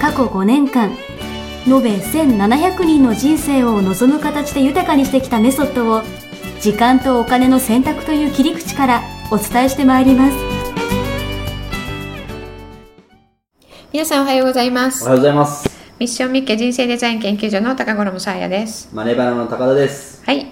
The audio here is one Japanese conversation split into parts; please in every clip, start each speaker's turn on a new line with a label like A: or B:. A: 過去5年間延べ1700人の人生を望む形で豊かにしてきたメソッドを時間とお金の選択という切り口からお伝えしてまいります
B: 皆さんおはようございま
C: お
B: す
C: はようございます。
B: ミッションミッケ人生デザイン研究所の高頃もさやです
C: マネバナの高田です。
B: はい、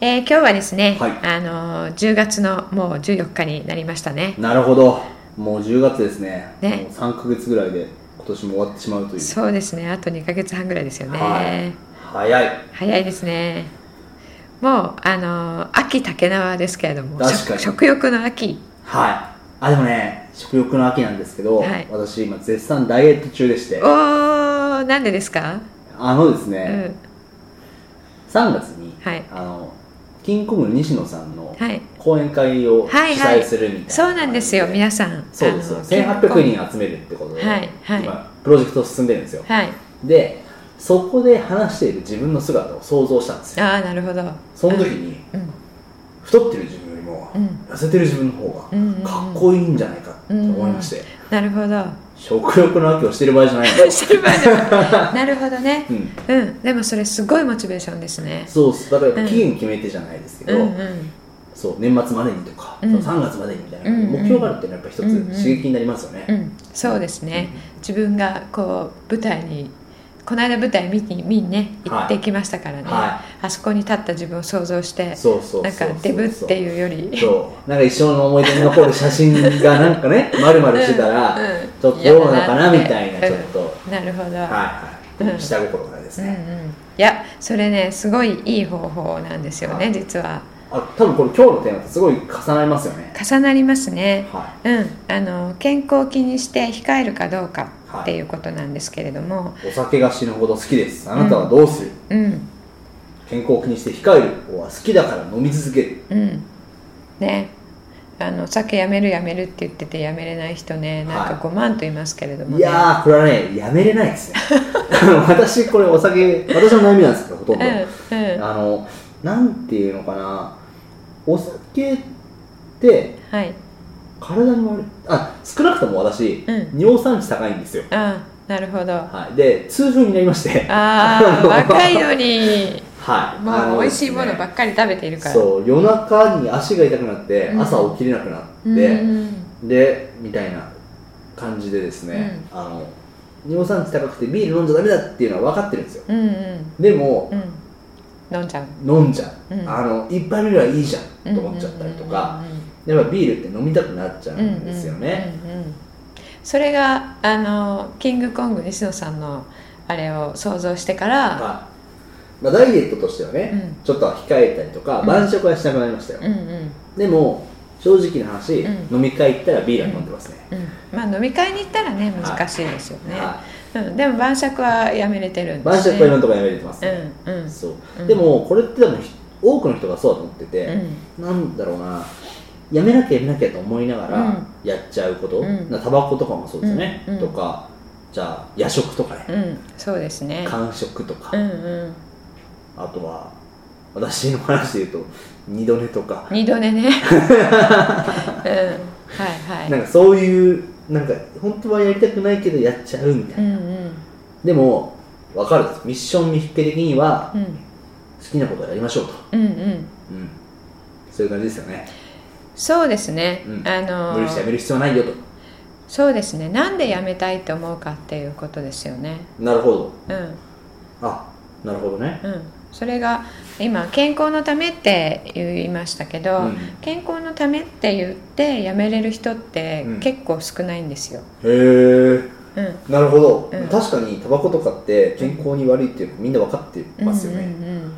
B: えー今日はですね、
C: はい
B: あのー10月のもう14日になりましたね
C: なるほど。もう10月ですね。
B: ね
C: もう3ヶ月ぐらいで今年も終わってしまうという。
B: そうですねあと2ヶ月半ぐらいですよね、
C: はい。早い。
B: 早いですねもうあのー秋竹縄ですけれども
C: 確か
B: 食
C: に
B: 食欲の秋
C: はい。あ、でもね、食欲の秋なんですけど、
B: はい
C: 私今絶賛ダイエット中でして
B: お、ーなんでですか、
C: あのです
B: う
C: ね、
B: ん
C: 3月に、
B: はい
C: あの、キングコングの西野さんの
B: はい
C: 講演会を主
B: はいはい
C: 催するみたいな、
B: そうなんですよ皆さん
C: そうですよ。
B: あの健康
C: 1800人集めるってことで、
B: はいはい
C: 今、プロジェクト進んでるんですよ。
B: はい
C: で、そこで話している自分の姿を想像したんですよ。
B: ああなるほど
C: その時に、
B: うん
C: 太ってる自分よりも
B: うん
C: 痩せてる自分の方
B: うんうんうん
C: がかっこいいんじゃないかって思いまして、
B: なるほど
C: 食欲の秋をしてる場合じゃないん だ
B: シルバーのなるほどね
C: うん、
B: うんでもそれすごいモチベーションですね
C: そうそうだか
B: うん
C: ら期限決めてじゃないですけ
B: う
C: ど、
B: んうん
C: そう年末までにとか、
B: うん
C: 3月までにみたいな
B: うんうん
C: 目標があるっていうのはやっぱ一
B: うんうん
C: つ刺激になりますよね、
B: うんそうですね自分がこう舞台にこの間舞台見に見にね行ってきましたからね、
C: は
B: あそこに立った自分を想像して
C: そうそうそう
B: なん
C: そう
B: かデブっていうより
C: そうなんか一生の思い出に残る写真がなんかね丸々してたら、
B: うんうん
C: ちょっとどうなのかなみたいな
B: 嫌だ
C: ちょ
B: な
C: ってと、はい
B: なるほど、
C: はい、
B: うん
C: 下心からです
B: うん
C: ね、
B: うん、いやそれねすごいいい方法なんですよね、
C: はい
B: 実は
C: あ多分これ今日のテーマとすごい重なりますよね
B: 重なりますね
C: は
B: うん、あの健康を気にして控えるかどうかっていうことなんですけれども、
C: いお酒が死ぬほど好きですあなたはどうする、
B: うん
C: 健康を気にして控える方は好きだから飲み続ける
B: うんねあのお酒やめるやめるって言っててやめれない人ねなんか
C: はい
B: 5万と言いますけれども、ね
C: いやーこれはねやめれない ですね私これお酒私の悩みなんですけどほとんど、
B: うんうん
C: あのなんていうのかなお酒って
B: はい
C: 体に悪いあ少なくとも私、
B: う
C: 尿酸値高いんですよ、
B: ああなるほどあ
C: はい、で痛風になり まして
B: あ若いのに
C: はいあ
B: も
C: の
B: う美味しいものばっかり食べているから
C: そう夜中に足が痛くなって、
B: うん
C: 朝起きれなくなって、
B: うん
C: でみたいな感じでですね、あの尿酸値高くてビール飲んじゃダメだっていうのは分かってるんですよ
B: うんうん
C: でも
B: う、ん飲んじゃう
C: 飲んじゃう、
B: うん
C: あの一杯目はいいじゃんと思っちゃったりとか、やっぱビールって飲みたくなっちゃう
B: うんうんうん
C: んですよね、
B: うんうんうんそれがあのキングコング西野さんのあれを想像してから、
C: はいまあ、ダイエットとしてはね、
B: うん
C: ちょっとは控えたりと
B: う
C: か
B: ん
C: 晩酌はしなくなりましたよ、
B: うんうん
C: でも正直な話、
B: うん
C: 飲み会行ったらビールは飲んでますね、
B: うん、まあ飲み会に行ったらね難しいですよね、
C: は
B: うん、でも晩酌はやめれてるん
C: い、
B: で
C: 晩
B: す、
C: 酌
B: ね、
C: は今のところやめれてますね、
B: うんうん
C: そう、
B: うん
C: でもこれって多分多くの人がそうだと思ってて、
B: うん
C: なんだろうな、やめなきゃやめなきゃと思いなが
B: うん
C: らやっちゃうこと、
B: うん
C: なタバコとかもそうですよね、
B: うんうん
C: とか、じゃあ、夜食とかね、
B: うんそうですね
C: 間食とか、
B: うんうん
C: あとは、私の話で言うと、二度寝とか、
B: 二度 寝ねうんはいは
C: ないんかそういう、なんか、本当はやりたくないけど、やっちゃうみたいうな。
B: んうん
C: でも、わかるんです。ミッション見引け的には
B: う、ん
C: 好きなことをやりましょうと。
B: うんうん
C: うん。そういう感じですよね。
B: そうですね、
C: うん
B: あのー
C: 無理してやめる必要はないよと。
B: そうですねなんでやめたいと思うかっていうことですよね
C: なるほど。
B: うん
C: あ、なるほどね。
B: うんそれが今健康のためって言いましたけど、
C: うん
B: 健康のためって言ってやめれる人って
C: うん
B: 結構少ないんですよ、
C: へー。
B: うん
C: なるほど、
B: うん
C: 確かにタバコとかって健康に悪いっていうのみんな分かってますよね、
B: うんうんうん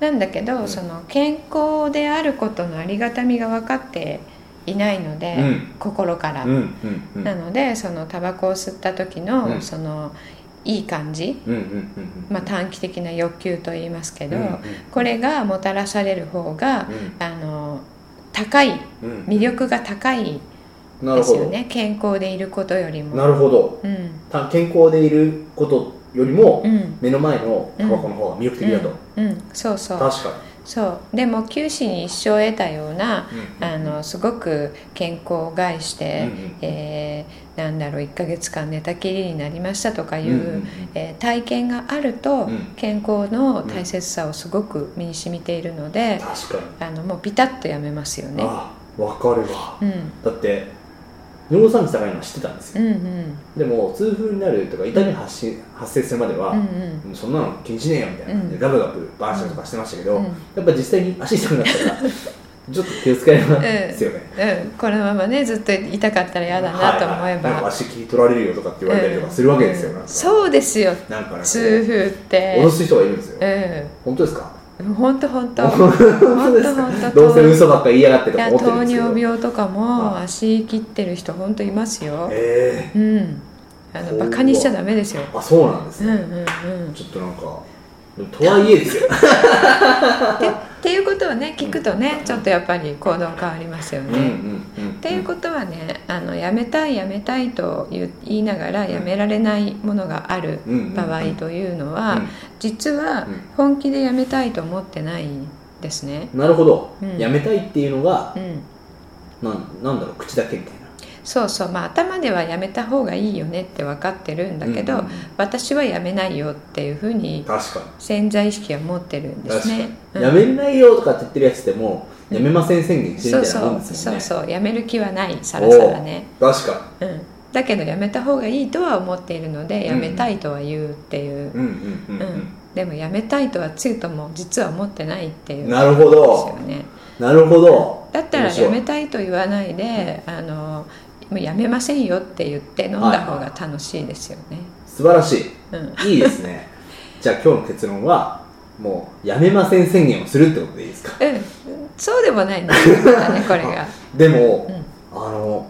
B: なんだけど、
C: うん
B: その健康であることのありがたみが分かっていないので、
C: うん
B: 心から、
C: うんうんうん
B: なのでそのタバコを吸った時の、
C: うん
B: そのいい感じ、
C: うんうんうん
B: まあ、短期的な欲求と言いますけ
C: うん
B: ど、
C: うん
B: これがもたらされる方が、あの高い
C: うんうん
B: 魅力が高い
C: なる
B: です
C: ほ
B: よ
C: ど
B: ね健康でいることよりも。
C: なるほど
B: うん
C: た健康でいることよりも
B: うん
C: 目の前のタバコの方が魅力的だと
B: うん、うんそうそう
C: 確か
B: そうでも九死に一生得たような
C: に
B: あのすごく健康を害して、
C: うんうん
B: えーなんだろう1ヶ月間寝たきりになりましたとかいう、
C: うんうんうん
B: えー体験があると、
C: うん
B: 健康の大切さをすごく身に染みているので、
C: 確か
B: あ
C: に
B: のもうピタッとやめますよね。
C: ああわかるわ
B: うん
C: だって尿酸値高いのは知ってたんです
B: う
C: よ
B: んうん
C: でも痛風になるとか痛み発し発生するまでは
B: うんうん
C: そんなの気にしねえよみたいな感じで
B: うん
C: ガブガブバーシャとかしてましたけど
B: うん
C: やっぱ実際に足痛くなったらちょっと気をつけられないですよね
B: うん、このままねずっと痛かったら嫌だなと思えば、
C: はいはいなんか足切り取られるよとかって言われたりとかするわけですよ
B: うん
C: なんか
B: そうですよ
C: なんかなんか
B: 痛風って
C: 脅す人がいるんですよ本当ですか
B: うん本当本当
C: 本当で
B: 本
C: す
B: 当
C: か
B: 本当
C: どうせ嘘ばっか言いやがって
B: い
C: とか
B: や
C: 思ってるん
B: 糖
C: ですけど
B: 尿病とかも
C: はい
B: 足切ってる人本当いますよ、
C: え
B: うんあ
C: そ
B: の
C: う
B: バカにしちゃダメですよ
C: えあそうなんです
B: うんう
C: ね
B: んうん
C: ちょっとなんかでもとはいえです よ
B: っていうことをね聞くとねちょっとやっぱり行動変わりますよ
C: うんう
B: ね、っ
C: んうん
B: ていうことはねあのやめたいやめたいと言う言いながらやめられないものがある
C: うん
B: 場合というのは、
C: うん
B: 実は
C: うん
B: 本気でやめたいと思ってないんですね、
C: なるほど、
B: うん
C: やめたいっていうのが
B: うん、
C: なんなんだろう口だけみたいな
B: そうそうまあ頭ではやめた方がいいよねって分かってるんだけど、
C: うんうん
B: 私はやめないよっていうふうに
C: 確か
B: 潜在意識は持ってるん
C: に
B: です
C: 確かに、
B: ね。うん
C: やめないよとかって言ってるやつでも、やめません宣言して
B: そ
C: る
B: う
C: みたい
B: そ
C: なもん
B: う
C: ですもん
B: そう
C: ね
B: そうやめる気はないさらさらね、
C: おー確か
B: うん、だけどやめた方がいいとは思っているのでやめたいとは言うっていう、
C: にうんうんうん、
B: う
C: うんん
B: でもやめたいとはつゆとも実は思ってないっていう
C: なるほ
B: こと
C: ど
B: ですよね
C: なるほど
B: だったら
C: 面白い
B: やめたいと言わないであのもうやめませんよって言って飲んだ方が楽しいですよね、
C: 素晴らしい
B: うん、
C: いいですね じゃあ今日の結論はもうやめません宣言をするってことでいいですか
B: うん、そうでもないんだよま だねこれが
C: でも、
B: うん
C: あの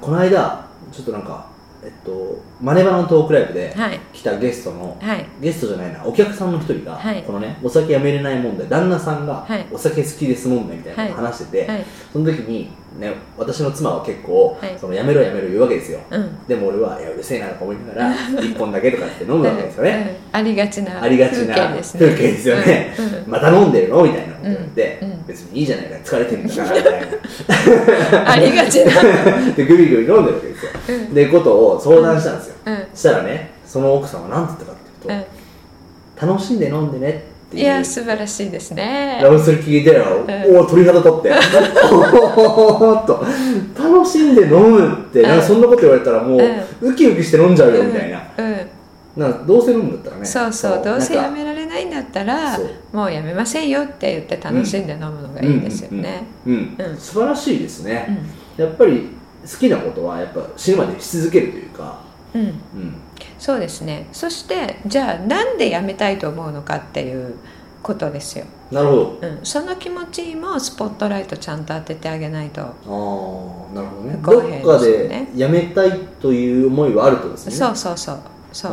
C: この間ちょっとなんかえっとマネバのトークライブで
B: はい
C: 来たゲストの
B: はい
C: ゲストじゃないなお客さんの一人が、
B: はい
C: このねお酒やめれない問題旦那さんが、
B: はい
C: お酒好きです問題みたいなのを
B: は
C: 話してて、
B: はい
C: その時に、ね、私の妻は結構、
B: はい
C: そのやめろやめろ言うわけですよ
B: うん
C: でも俺はいやうるせえなとか思いなが ら一本だけとかって飲むわけですよ
B: うん
C: ね、
B: うんありがちな
C: ありがちな
B: 風景ですね
C: 風景ですよね
B: うん
C: また飲んでるのみたいなこと言って、
B: うんうん
C: 別にいいじゃないか疲れてるんだからみたいな
B: うんありがちな、
C: でグビグビ飲んでるわけですよ
B: うん
C: でことを相談したんですよ、
B: うん
C: したらねその奥さんは何て言ったかっていうと、
B: う
C: 楽しんで飲んでねって
B: ん、
C: いう
B: いや素晴らしいですね
C: ラブスル聞いて、
B: ん
C: おお鳥肌立っておおっと楽しんで飲むってなん
B: うん
C: かそんなこと言われたらもう、
B: う
C: ウキウキして飲んじゃうよみたいな,、
B: うんうん
C: なんかどうせ飲むんだったらね
B: そうそうどうせやめられないんだったら
C: そう
B: もうやめませんよって言って楽しんで飲むのがいいですよね、
C: うん、
B: うん
C: 素晴らしいです
B: う
C: ね、
B: ん
C: やっぱり好きなことはやっぱ死ぬまでし続けるというか、
B: うん、
C: うん、
B: そうですねそしてじゃあなんでやめたいと思うのかっていうことですよ、
C: なるほ
B: うん、その気持ちもスポットライトちゃんと当ててあげないと、
C: どああなるほどね
B: 不公
C: ど
B: 平
C: っか
B: ですよ
C: で
B: ね
C: やめたいという思いはあるってことですね
B: そうそうそうそ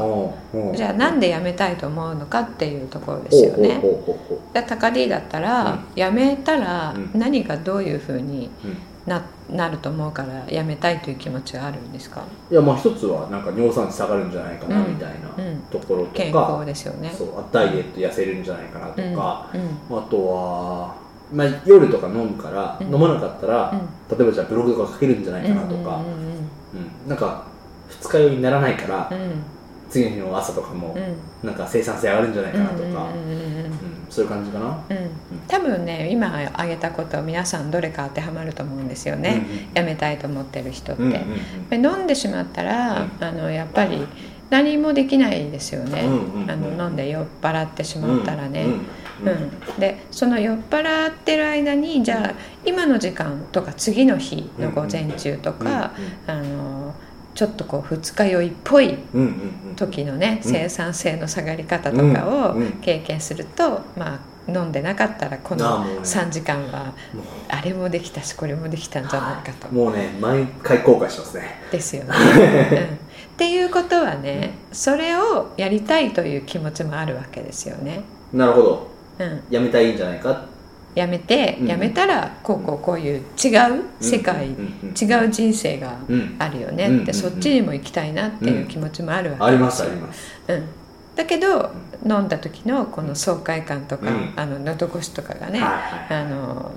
B: ううんじゃあなんでやめたいと思うのかっていうところです
C: ほう
B: よ
C: ほう
B: ね
C: ほうほうほ
B: だから高 D だったら、やめたら
C: うん
B: 何がどういうふうに
C: う、うん
B: ななると思うからやめたいという気持ちはあるんですか、
C: いやまあ一つはなんか尿酸値下がるんじゃないかな
B: うん
C: みたいな
B: うん、
C: ところと
B: 健
C: か、
B: 康ですよね
C: そうあダイエット痩せるんじゃないかなと
B: うん
C: か、
B: うん
C: あとは、まあ、夜とか飲むから、
B: うん
C: 飲まなかったら、
B: うん
C: 例えばじゃあブログとか書けるんじゃないかなとか
B: う、んうん
C: うんなんか二日酔いにならないから、
B: うん
C: 次の日の朝とか
B: う
C: も
B: んうん
C: なんか生産性上がるんじゃないかなとか、うん
B: うんうんうんうん
C: そういう感じかな。
B: うん多分ね今挙げたこと皆さんどれか当てはまると思うんですよね、やめたいと思ってる人って、
C: うんうん
B: やっぱり飲んでしまったら、あのやっぱり何もできないですよね、
C: うんうんうん
B: あの飲んで酔っ払ってしまったらね、
C: うん
B: う
C: うん
B: んでその酔っ払ってる間にじゃあ今の時間とか次の日の午前中とか、あのちょっとこう二日酔いっぽい
C: うんうんうん
B: 時のね
C: うん
B: 生産性の下がり方とかを
C: うんうん
B: 経験すると、まあ飲んでなかったらこ
C: なあ
B: の
C: もうね
B: 3時間は
C: もう
B: あれもできたしこれもできたんじゃないかと、
C: もうね毎回後悔してますね
B: です よね、うんっていうことはねそれをやりたいという気持ちもあるわけですよね、
C: なるほど
B: うん、
C: やめたいんじゃないか
B: やめて
C: うん
B: やめたらこうこうこういう違う世界、
C: うんうんうん
B: 違う人生が
C: うん
B: あるよねって、
C: うんうんうん
B: そっちにも行きたいなっていう気持ちもあるわ
C: あ
B: け
C: り
B: で
C: ますす
B: よ
C: あります
B: うん、だけど飲んだ時のこの爽快感とか、
C: うん
B: あののどごしとかが
C: は
B: ね、
C: いはい
B: あの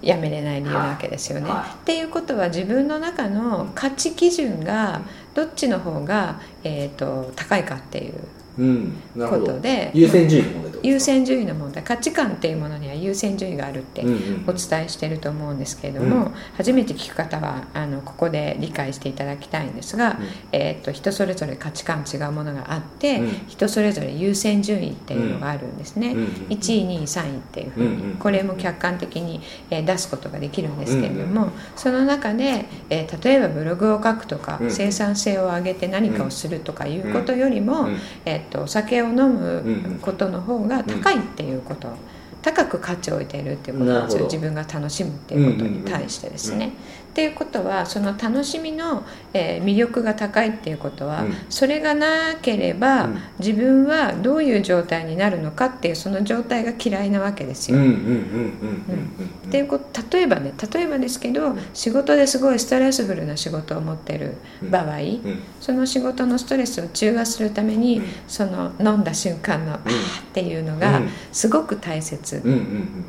B: やめれない理由なわけですよね。
C: はい
B: っていうことは自分の中の価値基準がどっちの方が、えー、と高いかっていう
C: うんなる
B: こ
C: ほ
B: と
C: ど
B: で
C: 優先順位の問題ってこと
B: 優
C: ですか
B: 先順位の問題価値観っていうものには優先順位があるって
C: うんうん
B: お伝えしてると思うんですけれども、
C: う
B: 初めて聞く方はあのここで理解していただきたいんですが、えー、と人それぞれ価値観違うものがあって、
C: うん
B: 人それぞれ優先順位っていうのがあるんですね。
C: うんうん
B: 1位2位3位っていうふう
C: うんうん
B: にこれも客観的にえー出すことができるんですけれども、その中で、えー例えばブログを書くとか、
C: うん
B: 生産性を上げて何かをするとかいうことよりも、
C: うんうん
B: えー、とお酒を飲むことの方が高いっていうこと、高く価値を置いているっていうこと
C: な
B: なん
C: る
B: で
C: ほ
B: す
C: ど
B: よ自分が楽しむっていうことに対してですね。っていうことはその楽しみの、えー魅力が高いっていうことは、
C: うん
B: それがなければ、
C: うん
B: 自分はどういう状態になるのかっていうその状態が嫌いなわけです
C: うん
B: よ。
C: うんうんうんうんうんうん
B: っていうこと例えばね例えばですけど仕事ですごいストレスフルな仕事を持ってる場合、
C: うん
B: その仕事のストレスを中和するために、その飲んだ瞬間の「あーっていうのが
C: うん
B: すごく大切
C: うん
B: っ
C: うんうん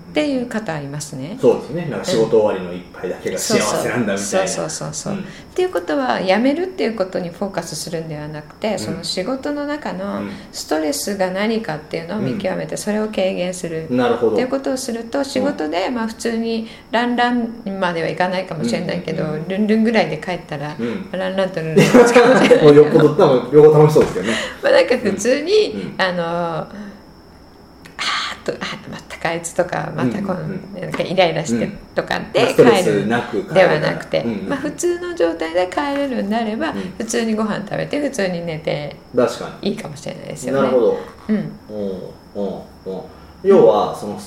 C: うん
B: ていう方いますね。
C: そうですねなんか仕事終わりの一杯だけが幸せなんだみたい
B: そう
C: な
B: そうそうそうそう、
C: うん
B: っていうことは辞めるっていうことにフォーカスするんではなくて、その仕事の中の
C: うん
B: ストレスが何かっていうのを見極めてそれを軽減する、
C: なるほど
B: っていうことをすると仕事で、まあ、普通にランランまではいかないかもしれないけど、
C: うんうん
B: ルンルンぐらいで帰ったら、
C: うん
B: ランランとルンルンを使うじゃない
C: もうよっぽど多分両方楽しそうですけどね
B: まあなんか普通に、
C: うん
B: あのあーっとあまたかいつとかまたこの、
C: うんうん
B: なんかイライラして
C: うん
B: とか
C: まあ
B: で
C: ストレ
B: 帰
C: ス
B: る
C: なく帰
B: ではなくて、
C: うんうん
B: まあ、普通の状態で帰れるんであれば、
C: うん
B: 普通にご飯食べて普通に寝て
C: 確か
B: いいかもしれないです
C: に
B: よね。
C: なるほど
B: うん、
C: うんうんうん要はその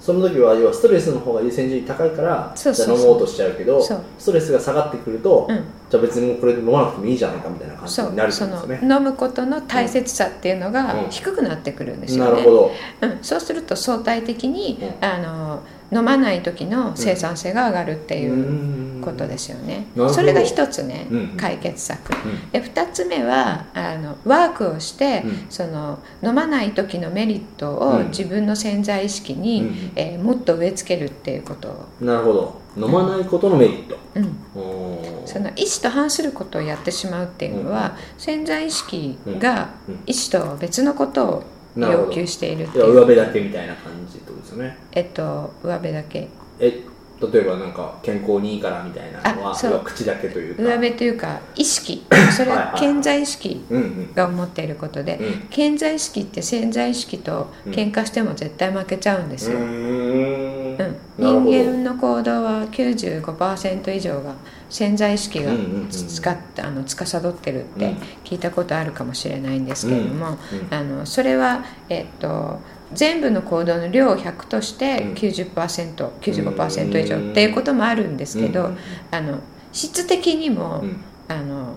C: その時は要はストレスの方が優先順位高いから
B: そうそうそう
C: じゃあ飲もうとしちゃうけど
B: そう
C: ストレスが下がってくると、
B: うん
C: じゃあ別にもうこれで飲まなくてもいいじゃないかみたいな感じ
B: そ
C: にな
B: う
C: るって
B: そ
C: ことです
B: の
C: ね
B: 飲むことの大切さっていうの
C: う
B: が
C: ん
B: 低くなってくるんです
C: な
B: よ
C: る
B: ね、
C: ほど
B: うん、そうすると相対的に、
C: う
B: あの飲まない時の生産性が上がるっていう
C: う、
B: ことですすよね
C: なるほ。ど
B: それが一つね、
C: うん
B: 解決策。
C: うん
B: で二つ目はあのワークをして、
C: うん
B: その飲まない時のメリット
C: う
B: を
C: ん
B: 自分の潜在意識に、
C: うん
B: えーもっと植え付けるっていうことを、
C: なるほど飲まないことのメリット、
B: うん、
C: おー
B: その意思と反することをやってしまうっていうのは、潜在意識が
C: うんうん
B: 意思と別のことを
C: なるほど
B: 要求しているって
C: 要
B: い
C: は
B: う
C: 上辺だけみたいな感じってことですよね
B: えっと上辺だけ
C: え例えばなんか健康にいいからみたいなの
B: あ
C: は
B: そう
C: 要は口だけというか
B: 上辺というか意識それは潜在意識
C: うんうん
B: が思っていることで、
C: うん
B: 潜在意識って潜在意識と喧嘩しても絶対負けちゃうんですよ、
C: うー
B: うん、
C: んなる
B: 人間の行動は95%以上が潜在意識が
C: うんうんうん
B: つつかってあの司ってるっ
C: う
B: て
C: ん
B: 聞いたことあるかもしれないんですけれども、
C: うんうん
B: あのそれは、えっと、全部の行動の量を100として
C: うん
B: 90%95% 以上っていうこともあるんですけど、
C: うん
B: あの質的にも、
C: ほどうん
B: あの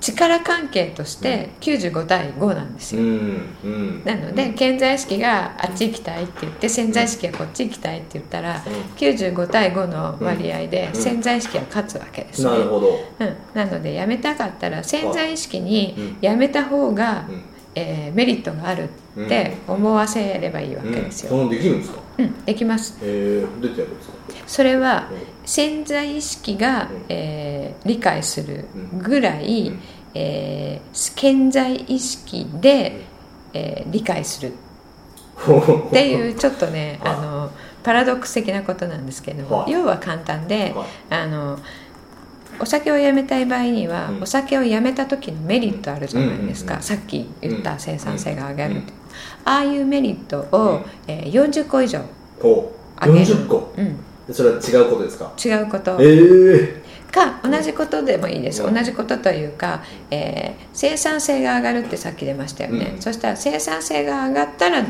B: 力関係として95対5なんですよ。
C: うんうん
B: なので健在意識があっち行きたいって言って潜在意識がこっち行きたいって言ったら
C: う
B: 95対5の割合で
C: うん
B: 潜在意識は勝つわけですね。
C: なるほど
B: うん、なのでやめたかったら潜在意識に
C: うん
B: やめた方が、
C: うん
B: えーメリットがあるって思わせればいいわけです
C: うん
B: よ。
C: そのできるんですか
B: うん、できます。
C: えーどうやってやるんですか
B: それは
C: うん
B: 潜在意識が
C: うん、
B: えー理解するぐらい、
C: うん
B: えー潜在意識で、えー理解するって
C: う
B: いうちょっとね、
C: はい
B: あのパラドックス的なことなんですけども、
C: はい
B: 要は簡単で、
C: はい
B: あのお酒をやめたい場合には、
C: うん
B: お酒をやめた時のメリットあるじゃないですか、
C: うんうんうん
B: さっき言っ
C: うん
B: た生産性が上がる、
C: うん
B: ああいうメリットを、
C: うん
B: えー40個以上
C: ほう
B: 上げる
C: 40個
B: うん、
C: それは違うことですか
B: 違うこと
C: ええ
B: か同じことでもいいです、同じことというか、えー生産性が上がるってさっき出ましたよね、
C: うん
B: そしたら生産性が上がったら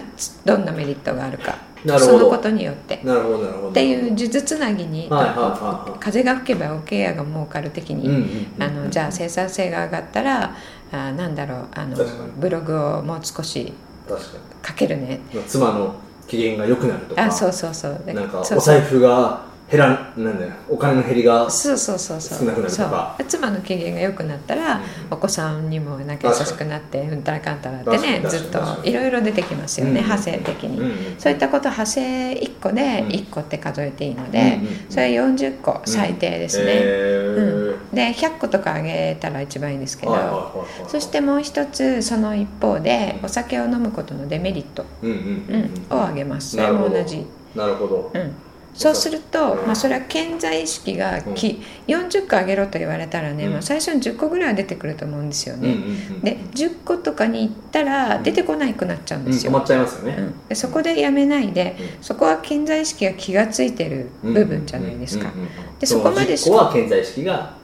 B: どんなメリットがあるか
C: なるほ
B: そ
C: ど
B: のことによって
C: なるほどなるほど
B: っていう数珠つなぎに、
C: はいはいはいはい
B: 風が吹けば OK やが儲かる的に、
C: うんうんうん
B: あのじゃあ生産性が上がったらあなんだろうあの
C: 確かに
B: ブログをもう少し
C: 確か
B: 書けるね
C: に妻の機嫌が良くなるとか
B: あそうそうそう
C: なんか
B: そう
C: お財布が減らんなんだよお金の減りが
B: そうそうそうそう
C: 少なくなるとか
B: そう妻の機嫌が良くなったら、
C: うん
B: お子さんにもなんか優しくなってうんたらかんたらってね
C: 確かに
B: ずっ
C: 確か
B: と
C: に
B: いろいろ出てきますよね、
C: うん
B: 派生的に、
C: うんうん
B: そういったこと派生1個で
C: うん
B: 1個って数えていいの
C: うん
B: で、
C: うんうん
B: それ40個最低ですね、
C: へー
B: うんで100個とかあげたら一番いいんですけど、
C: はいはいはいはい
B: そしてもう一つその一方で
C: うん
B: お酒を飲むことのデメリット、
C: うんうん
B: う
C: うんんうん
B: をあげますそ
C: な
B: れ
C: るほ
B: も
C: ど
B: 同じ、
C: なるほど
B: うん、そうすると、まあ、それは健在意識がき、40個あげろと言われたらね、
C: うん
B: まあ、最初に10個ぐらいは出てくると思うんですよ
C: うんうん
B: ね、
C: うん
B: で10個とかに行ったら出てこなくなっちゃうん
C: う
B: で
C: ん
B: す
C: 止
B: よ、
C: まっちゃいますよ
B: う
C: ね
B: んでそこでやめないで、そこは健在意識が気がついてる部分じゃないですか、
C: うんうんうんうん
B: でそこまでし
C: その10個は健在意識が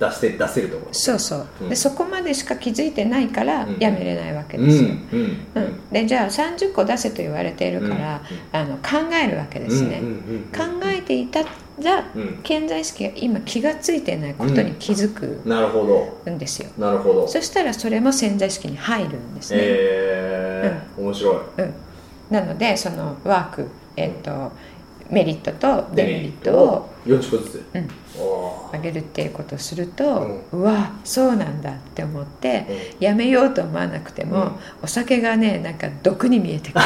C: 出して出せるところ
B: そうそう、
C: うん
B: でそこまでしか気づいてないから
C: うん
B: やめれないわけ
C: うん
B: ですよ、
C: うん
B: うんでじゃあ30個出せと言われているから、あの考えるわけですね、
C: うんうんうんうん
B: 考えていたら
C: うん
B: 健在意識が今気がついてないことに気づく
C: なるほど
B: んですよ、
C: なるほど
B: そしたらそれも潜在意識に入るんですね、
C: えー面白い
B: うん、なのでそのワーク、えっとメリットとデ
C: デ
B: メ
C: メ
B: リ
C: リ
B: ッ
C: ッ
B: ト
C: ト
B: を
C: を40個ずつ
B: うん
C: おー
B: 上げるっていうことをすると、うわそうなんだって思って、やめようと思わなくても、
C: うん
B: お酒がねなんか毒に見えてくる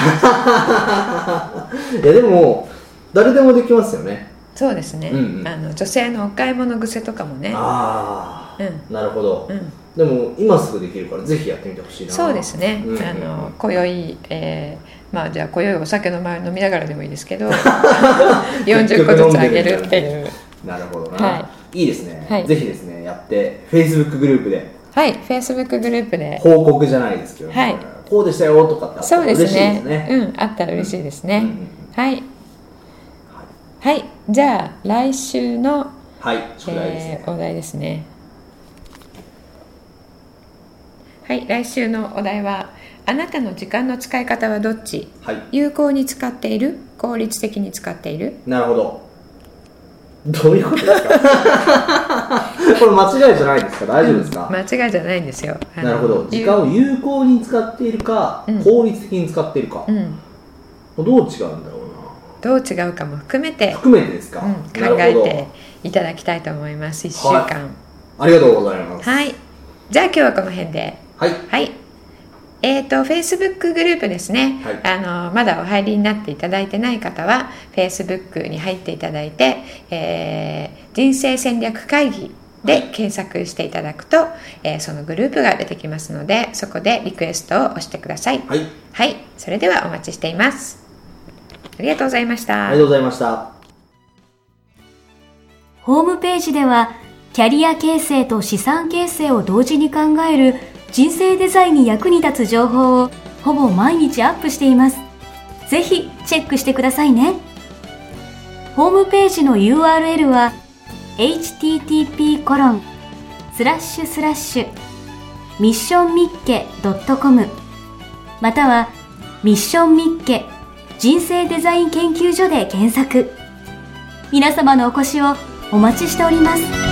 C: いやでも誰でもできますよね
B: そうですね、
C: うんうん
B: あの女性のお買い物癖とかもね
C: あ
B: う
C: あなるほど
B: ん、うん、
C: でも今すぐできるからぜひやってみてほしいな
B: そうですね、
C: うんうん
B: あの今宵、えーまあじゃあ今宵お酒の前飲みながらでもいいですけ ど40個ずつあげるっていう
C: なるほどな、、
B: はい
C: いですね、
B: はい
C: ぜひですねやって Facebook グループで
B: はいフェイスブックグループで
C: 報告じゃないですけど、
B: はい
C: こうでしたよとかってあった
B: そ
C: ら
B: うで
C: 嬉し
B: す
C: い
B: ね
C: ですね
B: うんあったら嬉しいですね、
C: うんうんうん
B: はいはいじゃあ来週の、
C: はい宿題です
B: え
C: ね、
B: ーお題ですねはい来週のお題は「あなたの時間の使い方はどっち?」
C: はい
B: 有効に使っている効率的に使っている
C: なるほどどういうことですか これ間違いじゃないですか大丈夫ですか、
B: 間違いじゃないんですよあの
C: なるほど時間を有効に使っているか、
B: うん
C: 効率的に使っているか
B: う、ん
C: どう違うんだろうな
B: どう違うかも含めて、
C: 含めてですか、
B: うん、
C: な
B: 考え
C: るほ
B: て
C: ど
B: いただきたいと思います1週
C: はい
B: 間
C: ありがとうございます
B: はい、じゃあ今日はこの辺で
C: はい
B: はいえー、と Facebook グループですね、
C: はい
B: あのまだお入りになっていただいてない方は Facebook に入っていただいて、えー人生戦略会議で検索していただくと、えーそのグループが出てきますのでそこでリクエストを押してください
C: はい、
B: はい、それではお待ちしています。ありがとうございました。
C: ありがとうございました
A: ホームページでは、キャリア形成と資産形成を同時に考える人生デザインに役に立つ情報をほぼ毎日アップしています。ぜひチェックしてくださいね。ホームページの URL は http コロンスラッシュスラッシュミッションミッケ .com またはミッションミッケ人生デザイン研究所で検索。皆様のお越しをお待ちしております。